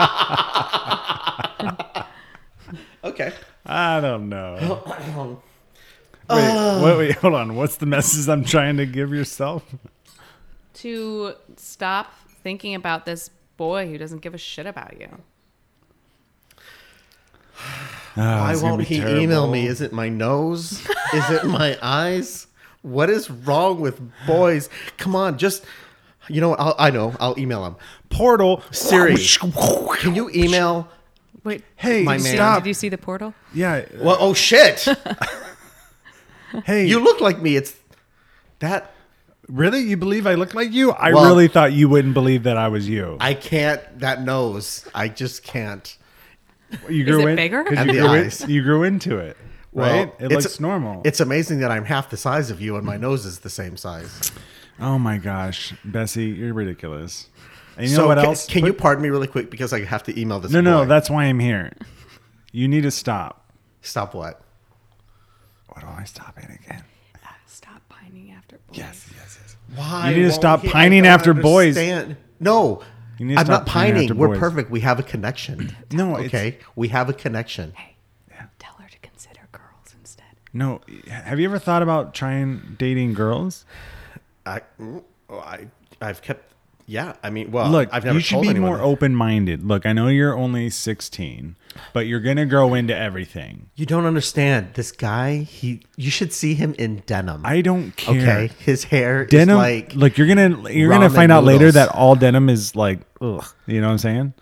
S3: *laughs*
S1: okay. *laughs*
S3: I don't *gasps* know.
S1: *clears throat*
S3: *laughs* Wait, wait, wait, hold on. What's the message I'm trying to give yourself?
S2: *laughs* to stop thinking about this boy who doesn't give a shit about you.
S1: Why
S3: Ah, it's gonna
S1: won't
S3: be
S1: he
S3: terrible.
S1: email me? Is it my nose? Is it
S3: *laughs*
S1: my eyes? What is wrong with boys? Come on, just you know. what? I'll, I know. I'll email him.
S3: Portal
S1: Siri. Can you email?
S2: Wait,
S3: Hey,
S1: My
S2: did you,
S1: man.
S2: did you see the portal?
S3: Yeah.
S1: Well, oh
S3: *laughs*
S1: shit!
S3: Hey,
S1: You
S3: you
S1: look like me. It's that
S3: really? You believe I look like you? I
S1: Well-
S3: really thought you wouldn't believe that I was you.
S1: I can't. That nose. I just can't.
S3: you grew
S2: Is it
S3: in-
S2: bigger?
S3: 'cause
S1: And
S3: you
S1: the
S3: grew in-
S1: eyes.
S3: you grew into it,
S1: Well,
S3: right? It
S1: it's-
S3: looks normal.
S1: It's amazing that I'm half the size of you and my nose is the same size.
S3: oh my gosh, Bessie, you're ridiculous. And you
S1: so
S3: know what
S1: can,
S3: else?
S1: Can
S3: Put-
S1: you pardon me really quick because I have to email this?
S3: No, no,
S1: boy.
S3: that's why I'm here. You need to stop.
S1: stop. What?
S3: What do I stop it again?
S2: Ah, Stop pining after boys.
S3: yes, yes.
S1: Why
S3: You need to
S1: won't
S3: stop
S1: he- I
S3: pining
S1: don't
S3: after boys.
S1: understand. No,
S3: You need to
S1: I'm
S3: stop
S1: not
S3: pining
S1: pining.
S3: after
S1: We're
S3: boys.
S1: perfect. We have a connection.
S3: *clears throat* No, it's-
S1: okay, we have a connection.
S2: Hey, tell her to consider girls instead.
S3: No, have you ever thought about trying dating girls?
S1: I, mm, I, I've kept. Yeah, I mean, well,
S3: Look,
S1: Uh, I've never
S3: you should
S1: told
S3: be
S1: anyone.
S3: more
S1: that.
S3: open-minded. Look, I know you're only 16, but you're gonna grow into everything.
S1: You don't understand this guy. He, you should see him in denim.
S3: I don't care.
S1: okay, his hair
S3: Denim,
S1: is
S3: like,
S1: like
S3: look, you're gonna you're gonna
S1: ramen
S3: find out later
S1: noodles.
S3: that all denim is like, ugh, you know what I'm saying?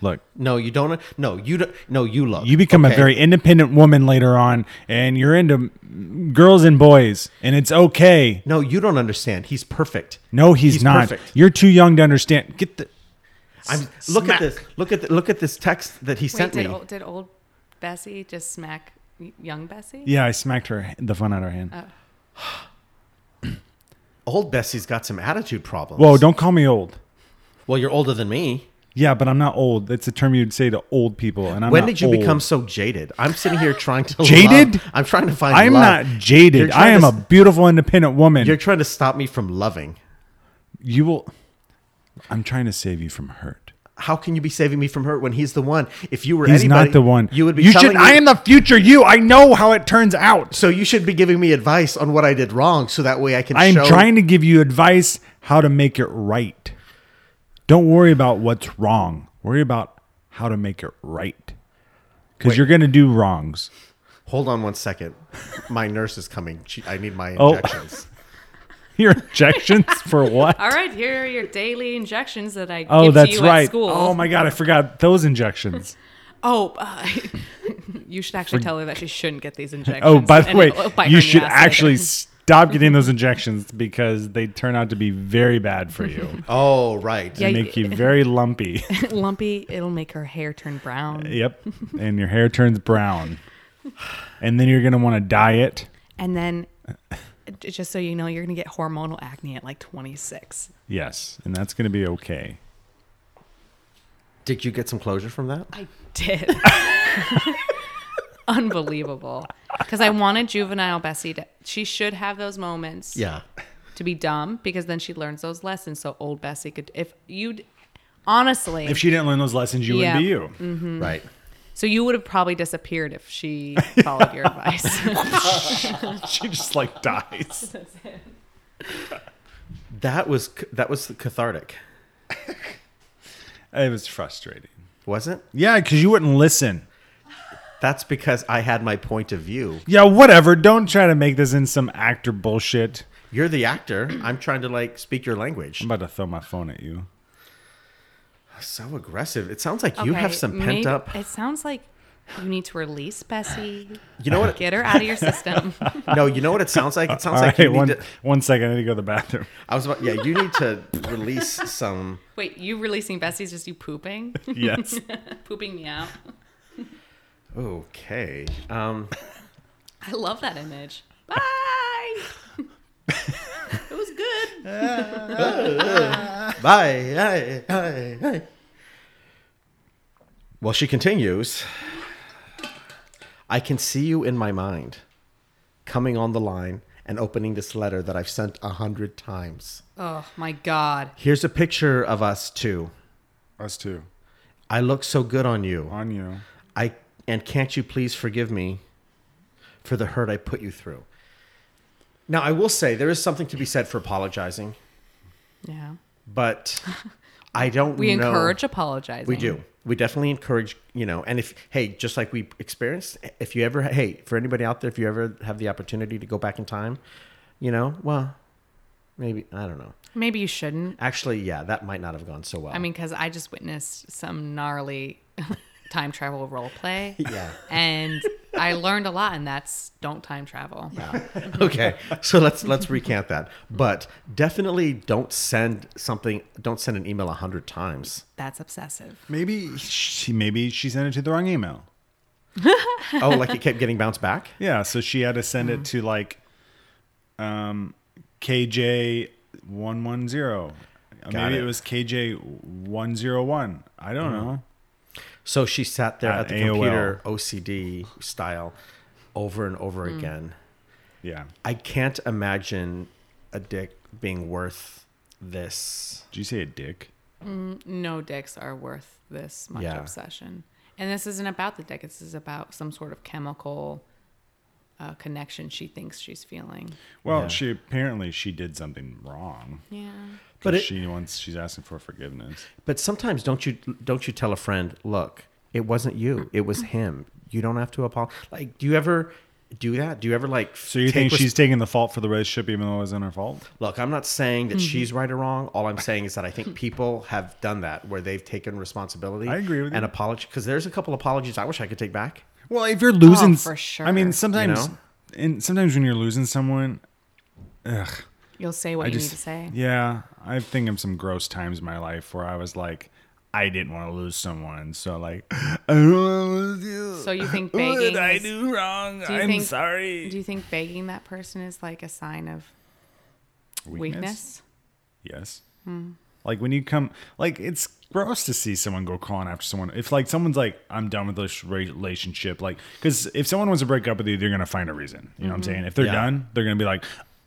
S3: Look,
S1: No, you don't. No, you don't. No, you look.
S3: you become a
S1: okay?
S3: very independent woman later on, and you're into girls and boys, and it's okay.
S1: No, you don't understand. He's perfect.
S3: No, he's, not.
S1: Perfect.
S3: You're too young to understand. Get the
S1: I'm, look at this. Look at the, look at this text that he
S2: Wait,
S1: sent
S2: did
S1: me.
S2: old, did old Bessie just smack y- young Bessie?
S3: yeah. I smacked her the fun out of her hand.
S1: Old Bessie's got some attitude problems.
S3: Whoa! Don't call me old.
S1: Well, you're older than me.
S3: Yeah, but I'm not old. That's a term you'd say to old people. And I'm
S1: when
S3: not
S1: did you
S3: old.
S1: become so jaded? I'm sitting here trying
S3: *laughs*
S1: to
S3: Jaded?
S1: love- I'm trying to find.
S3: I'm
S1: love.
S3: not
S1: You're
S3: jaded. I
S1: trying
S3: am
S1: to
S3: a
S1: s-
S3: beautiful, independent woman.
S1: You're trying to stop me from loving.
S3: You will. I'm trying to save you from hurt.
S1: How can you be saving me from hurt when he's the one? If you were
S3: He's
S1: anybody,
S3: not the one.
S1: You would be.
S3: You
S1: telling
S3: should.
S1: me-
S3: I am the future you. I know how it turns out.
S1: So you should be giving me advice on what I did wrong, so that way I can.
S3: I'm
S1: show-
S3: trying to give you advice how to make it right. Don't worry about what's wrong. Worry about how to make it right. Because
S1: Wait.
S3: you're going to do wrongs. *laughs*
S1: Hold on one second. My nurse is coming. She, I need my
S3: Oh.
S1: injections.
S3: Your injections
S2: *laughs*
S3: for what?
S2: All right, here are your daily injections that I
S3: Oh,
S2: give
S3: that's
S2: to you
S3: right.
S2: at school.
S3: Oh my God, I forgot those injections.
S2: Oh, uh, *laughs* you should actually tell her that she shouldn't get these injections.
S3: *laughs* Oh, by the
S2: and
S3: way,
S2: it'll bite her
S3: you
S2: in the
S3: should
S2: ass *laughs*
S3: actually
S2: later.
S3: s- stop getting those injections because they turn out to be very bad for
S2: *laughs*
S3: you.
S1: Oh, right.
S2: Yeah.
S3: They
S2: *laughs*
S3: make you very lumpy.
S2: Lumpy, it'll make her hair turn brown.
S3: yep. And your hair turns brown. And then you're going to want to diet.
S2: And then, j- just so you know, you're going to get hormonal acne at like 26.
S3: Yes. And that's going to be okay.
S1: Did you get some closure from that?
S2: I
S3: *laughs*
S2: did. Unbelievable. Because I wanted juvenile Bessie to, she should have those moments
S1: Yeah.
S2: to be dumb because then she learns those lessons. So old Bessie could, if you'd, honestly.
S3: If she didn't learn those lessons, you wouldn't be
S2: Yeah. Mm.
S3: you.
S1: Right.
S2: so you would have probably disappeared if
S1: *laughs*
S2: she followed your advice.
S3: *laughs* She just like dies.
S1: That was c- that was cathartic,
S3: It was frustrating.
S1: was it?
S3: Yeah, because you wouldn't listen.
S1: That's because I had my point of view.
S3: Yeah, whatever. Don't try to make this in some actor bullshit.
S1: You're the actor. I'm trying to like speak your language.
S3: I'm about to throw my phone at you.
S1: So aggressive. It sounds like *laughs* you
S2: Okay,
S1: have some
S2: maybe-
S1: pent
S2: *laughs*
S1: up.
S2: It sounds like you need to release Bessie.
S1: You know what?
S2: Get her out of your
S1: *laughs*
S2: system.
S1: No, you know what it sounds like. It sounds
S3: All
S1: like
S3: right,
S1: you need
S3: one,
S1: to.
S3: one second. I need to go to the bathroom.
S1: I was about. Yeah, you need to release some.
S2: Wait, you releasing Bessie is just you pooping?
S3: Yes.
S2: *laughs* pooping me out.
S1: Okay. Um,
S2: I love that image. Bye. it was
S1: *laughs*
S2: good.
S1: bye. Aye, aye, aye. Well, she continues. I can see you in my mind, coming on the line and opening this letter that I've sent a hundred times.
S2: Oh my god.
S1: Here's a picture of us two.
S3: Us too.
S1: I look so good on you.
S3: On you.
S1: I and can't you please forgive me for the hurt I put you through. Now I will say there is something to be said for apologizing,
S2: Yeah. *laughs*
S1: but I don't
S2: We
S1: know-
S2: encourage apologizing.
S1: We do. We definitely encourage, you know, and if hey, just like we experienced, if you ever hey, for anybody out there, if you ever have the opportunity to go back in time, you know, well, maybe I don't know.
S2: Maybe you shouldn't.
S1: Actually, yeah, that might not have gone so well.
S2: I mean, because I just witnessed some gnarly *laughs* time travel role play.
S1: yeah.
S2: And I learned a lot, and that's don't time travel.
S1: okay so let's let's recant that but definitely don't send something don't send an email a hundred times
S2: That's obsessive.
S3: Maybe she maybe she sent it to the wrong email.
S1: oh like it kept getting bounced back
S3: Yeah, so she had to send it to like um KJ one one zero. Maybe it.
S1: it.
S3: was KJ one zero one. I don't know.
S1: so she sat there
S3: At
S1: at the
S3: AOL.
S1: computer ocd style over and over again
S3: Yeah.
S1: i can't imagine a dick being worth this
S3: Did you say a dick?
S2: No dicks are worth this much
S1: Yeah.
S2: obsession. And this isn't about the dick. This is about some sort of chemical uh, connection she thinks she's feeling.
S3: Well,
S1: Yeah.
S3: she apparently she did something wrong.
S2: Yeah.
S1: But
S3: But
S1: it-
S3: she wants she's asking for forgiveness.
S1: but sometimes don't you don't you tell a friend look it wasn't you it was him you don't have to apologize like do you ever do that do you ever like
S3: So you think she's taking the fault for the relationship even though it wasn't her fault?
S1: Look, I'm not saying that she's right or wrong. All I'm saying is that I think people have done that where they've taken responsibility.
S3: I agree with
S1: and
S3: you.
S1: apology because there's a couple apologies I wish I could take back.
S3: Well, if you're losing,
S2: Oh, for sure.
S3: I mean, sometimes,
S1: You know?
S3: and sometimes when you're losing someone,
S2: You'll say what
S3: I
S2: you
S3: just
S2: need to say.
S3: Yeah, I think of some gross times in my life where I was like, I didn't want to lose someone, so like, *laughs* I don't want to lose you.
S2: So you
S3: *laughs*
S2: think
S3: what
S2: begging
S3: did I
S2: is-
S3: do wrong?
S2: Do you
S3: I'm
S2: think-
S3: sorry.
S2: Do you think begging that person is like a sign of weakness?
S3: Yes.
S2: Hmm.
S3: Like when you come, like it's gross to see someone go calling after someone. If like someone's like, I'm done with this re- relationship, like, because if someone wants to break up with you, they're gonna find a reason. You
S2: Mm-hmm.
S3: know what I'm saying? If they're
S1: Yeah.
S3: done, they're gonna be like.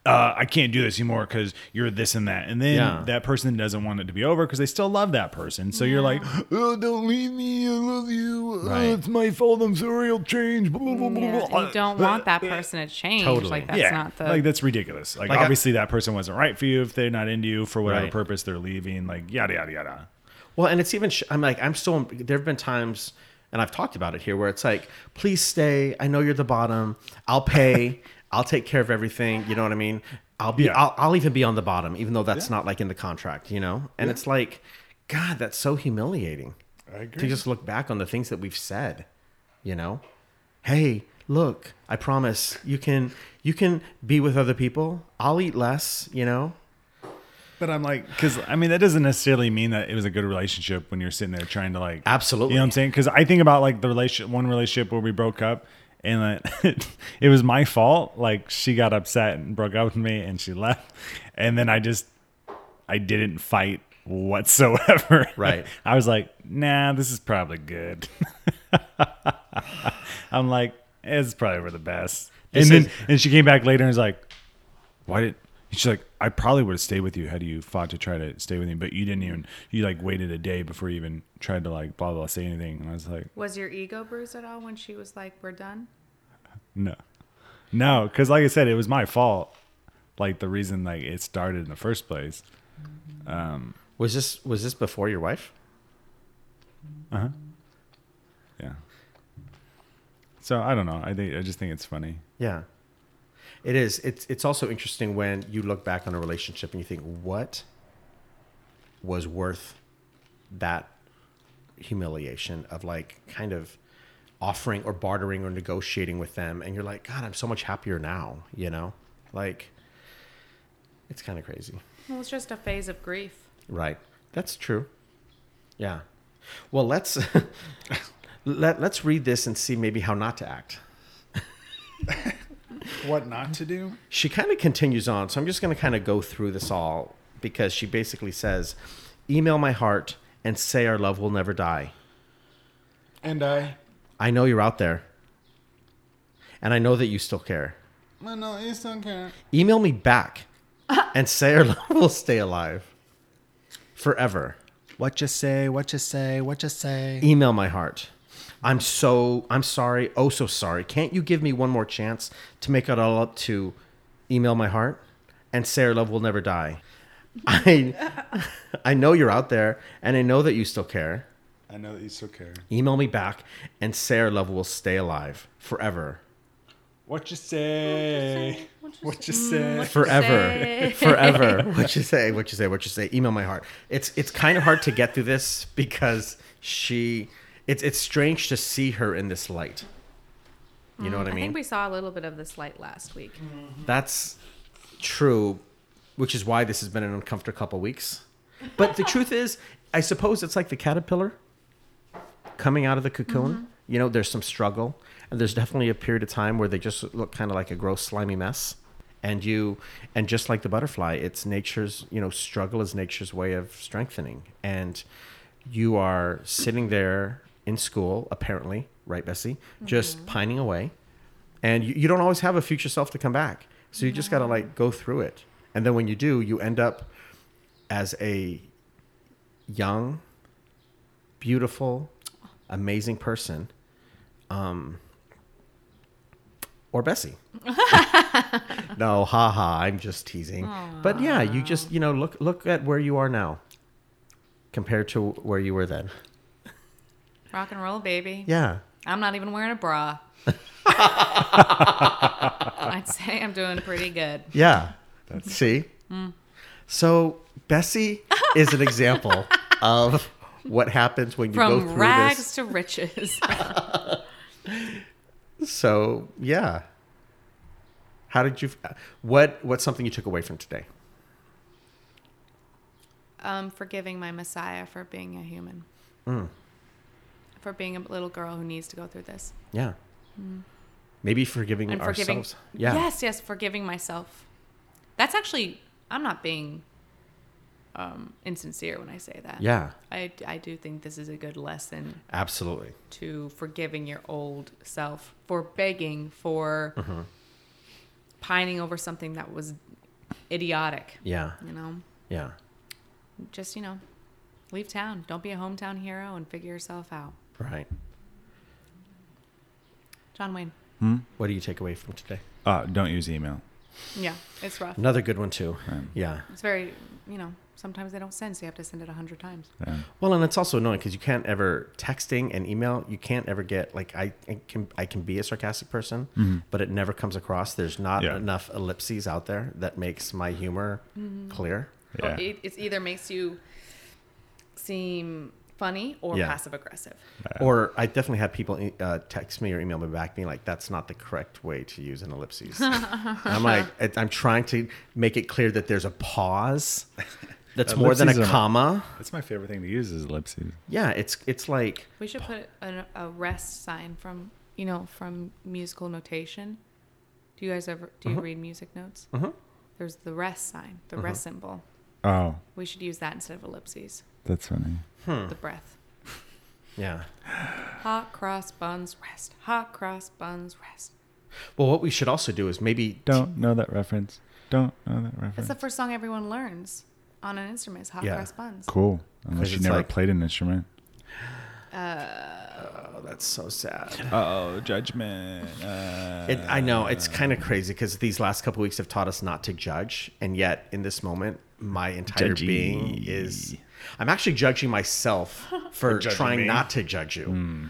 S3: Uh, I can't do this anymore because you're this and that, and then
S1: Yeah.
S3: that person doesn't want it to be over because they still love that person. So you're like, oh, "Don't leave me, I love you. Oh,
S1: Right.
S3: it's my fault. I'm sorry. I'll change." Blah, blah, blah, blah, uh,
S2: Yeah,
S3: blah.
S2: you don't want that person to change.
S1: Totally.
S2: Like that's not the
S3: Like that's ridiculous. Like,
S1: Like, I-
S3: obviously that person wasn't right for you if they're not into you for whatever
S1: Right.
S3: purpose they're leaving. Like yada yada yada.
S1: Well, and it's even sh- I'm like I'm still there have been times and I've talked about it here where it's like please stay. I know you're the bottom. I'll
S3: *laughs*
S1: pay. I'll take care of everything. You know what I mean? I'll be
S3: Yeah.
S1: I'll, I'll even be on the bottom even though that's
S3: Yeah.
S1: not like in the contract. You know? And it's like, God, that's so humiliating.
S3: I agree.
S1: to just look back on the things that we've said you know hey look i promise you can you can be with other people. I'll eat less, you know.
S3: But I'm like, because I mean, that doesn't necessarily mean that it was a good relationship when you're sitting there trying to like,
S1: Absolutely.
S3: you know what I'm saying? Because I think about like the relationship, one relationship where we broke up, and like, *laughs* it was my fault. Like she got upset and broke up with me, and she left, and then I just, I didn't fight whatsoever.
S1: Right.
S3: *laughs* I was like, nah, this is probably good. I'm like, it's probably for the best.
S1: This
S3: and
S1: is-
S3: then and she came back later and was like, why did she's like i probably would have stayed with you had you fought to try to stay with me but you didn't even you like waited a day before you even tried to like blah blah say anything and i was like
S2: Was your ego bruised at all when she was like, "We're done"?
S3: no no because like i said it was my fault like the reason like it started in the first place
S1: Was this was this before your wife?
S3: yeah so i don't know i think i just think it's funny
S1: Yeah. It is. It's it's also interesting when you look back on a relationship and you think what was worth that humiliation of like kind of offering or bartering or negotiating with them and you're like god I'm so much happier now, you know? Like it's kind of crazy.
S2: Well, it's just a phase of grief.
S1: Right. That's true. Yeah. Well, let's *laughs* let, let's read this and see maybe how not to act.
S3: what not to do
S1: she kind of continues on. So I'm just going to kind of go through this all because she basically says, Email my heart and say our love will never die.
S3: and i
S1: I know you're out there. And I know that you still care.
S3: no it's okay
S1: Email me
S3: *laughs*
S1: back and say our love will stay alive forever.
S3: what you say what you say what you say
S1: Email my heart. I'm so, I'm sorry. Oh, so sorry. Can't you give me one more chance to make it all up to email my heart and say our love will never die? *laughs* I, I know you're out there and I know that you still care.
S3: i know that you still care
S1: Email me back and say our love will stay alive forever.
S3: What you say? Mm. What you
S1: Mm,
S3: say?
S1: *laughs* Forever. Forever. What you say, what you say, what you say. Email my heart. It's it's kind of hard to get through this because she it's it's strange to see her in this light. You know what Mm, I
S2: I
S1: mean?
S2: think we saw a little bit of this light last week.
S1: Mm. That's true, which is why this has been an uncomfortable couple weeks. But the truth is, I suppose it's like the caterpillar coming out of the cocoon. You know, there's some struggle, and there's definitely a period of time where they just look kind of like a gross, slimy mess. And you, and just like the butterfly, it's nature's, you know, struggle is nature's way of strengthening. And you are sitting there in school, apparently, right, Bessie, just pining away and you, you don't always have a future self to come back so you just got to like go through it and then when you do you end up as a young beautiful amazing person um or bessie no haha i'm just teasing but yeah you just you know look look at where you are now compared to where you were then
S2: Rock and roll, baby.
S1: yeah
S2: I'm not even wearing a bra. *laughs* I'd say I'm doing pretty good.
S1: Yeah. See?
S2: Hmm.
S1: So Bessie is an
S2: *laughs*
S1: example of what happens when you go
S2: From
S1: through
S2: rags to riches. *laughs*
S1: this. So yeah. How did you what what's something you took away from today?
S2: um, forgiving my Messiah for being a human,
S1: Hmm.
S2: for being a little girl who needs to go through this,
S1: Yeah. Maybe forgiving
S2: Hmm. and forgiving.
S1: ourselves. Yeah.
S2: Yes, yes, forgiving myself. That's actually I'm not being um, insincere when I say that.
S1: Yeah.
S2: I, I do think this is a good lesson
S1: Absolutely.
S2: to forgiving your old self for begging for
S1: Mm-hmm.
S2: pining over something that was idiotic.
S1: Yeah.
S2: You know,
S1: Yeah.
S2: just you know, leave town. Don't be a hometown hero and figure yourself out.
S1: Right.
S2: John Wayne.
S1: What do you take away from today?
S3: Uh, don't use email.
S2: Yeah, it's rough.
S1: Another good one too. Yeah.
S2: It's very, you know, sometimes they don't send, so you have to send it a hundred times.
S3: Yeah.
S1: Well, and it's also annoying because you can't ever texting and email. You can't ever get like I I can I can be a sarcastic person,
S3: Mm-hmm.
S1: but it never comes across. There's not
S3: Yeah.
S1: enough ellipses out there that makes my humor clear.
S3: oh, e-
S2: Or It, it's either makes you seem funny or
S1: Yeah.
S2: passive aggressive.
S1: Or I definitely had people uh, text me or email me back, being like, "That's not the correct way to use an ellipses." And I'm like, it- I'm trying to make it clear that there's a
S3: *laughs*
S1: pause. That's more than a
S3: Ellipses are-
S1: comma.
S3: That's my favorite thing to use is ellipses.
S1: Yeah, it's it's like
S2: We should put a, a rest sign from you know from musical notation. Do you guys ever
S1: Uh-huh.
S2: do you read music notes? There's the rest sign, the rest
S1: Uh-huh.
S2: symbol.
S3: Oh,
S2: We should use that instead of ellipses.
S3: that's funny.
S1: Hmm.
S2: The breath.
S1: yeah.
S2: Hot cross buns rest. Hot cross buns rest.
S1: Well, what we should also do is maybe
S3: Don't know that reference. Don't know that
S2: That's
S3: reference.
S2: the first song everyone learns on an instrument is hot
S1: Hmm. Yeah.
S2: cross buns.
S3: cool.
S1: 'Cause
S3: Unless you
S1: it's
S3: never
S1: like-
S3: played an instrument.
S1: Oh, that's so sad.
S3: Oh, judgment. Uh,
S1: It, I know it's kind of crazy because these last couple weeks have taught us not to judge, and yet in this moment, my entire
S3: Judgy.
S1: being is. I'm actually judging myself for
S3: judging
S1: trying
S3: me. Hmm.
S1: not to judge you,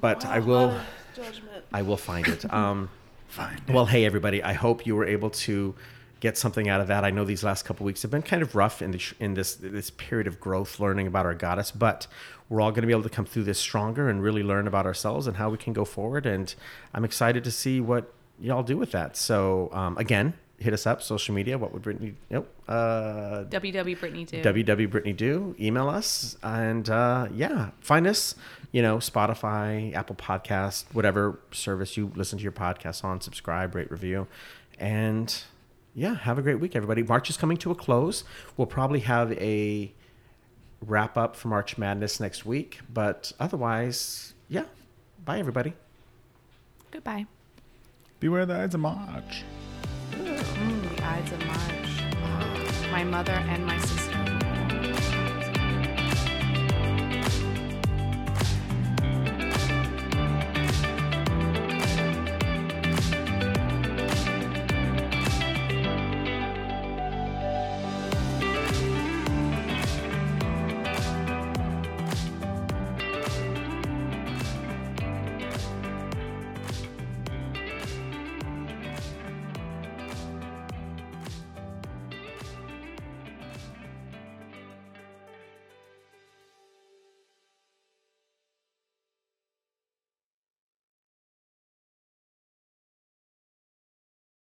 S1: but I
S4: Wow,
S1: will.
S4: lot of Judgment.
S1: I will find it. Um,
S3: Fine.
S1: well, hey everybody, I hope you were able to get something out of that. I know these last couple weeks have been kind of rough in the sh- in this this period of growth, learning about our goddess, but we're all going to be able to come through this stronger and really learn about ourselves and how we can go forward. And I'm excited to see what y'all do with that. So um, again, hit us up social media. What would Brittany? Nope. Uh,
S2: WW Britney do.
S1: www.brittany do email us and uh, yeah find us you know spotify apple podcast whatever service you listen to your podcast on subscribe rate review and yeah have a great week everybody march is coming to a close we'll probably have a wrap up for march madness next week but otherwise yeah bye everybody
S2: Goodbye.
S3: Beware the eyes of March.
S2: Mm, the Ides of March. My mother and my sister.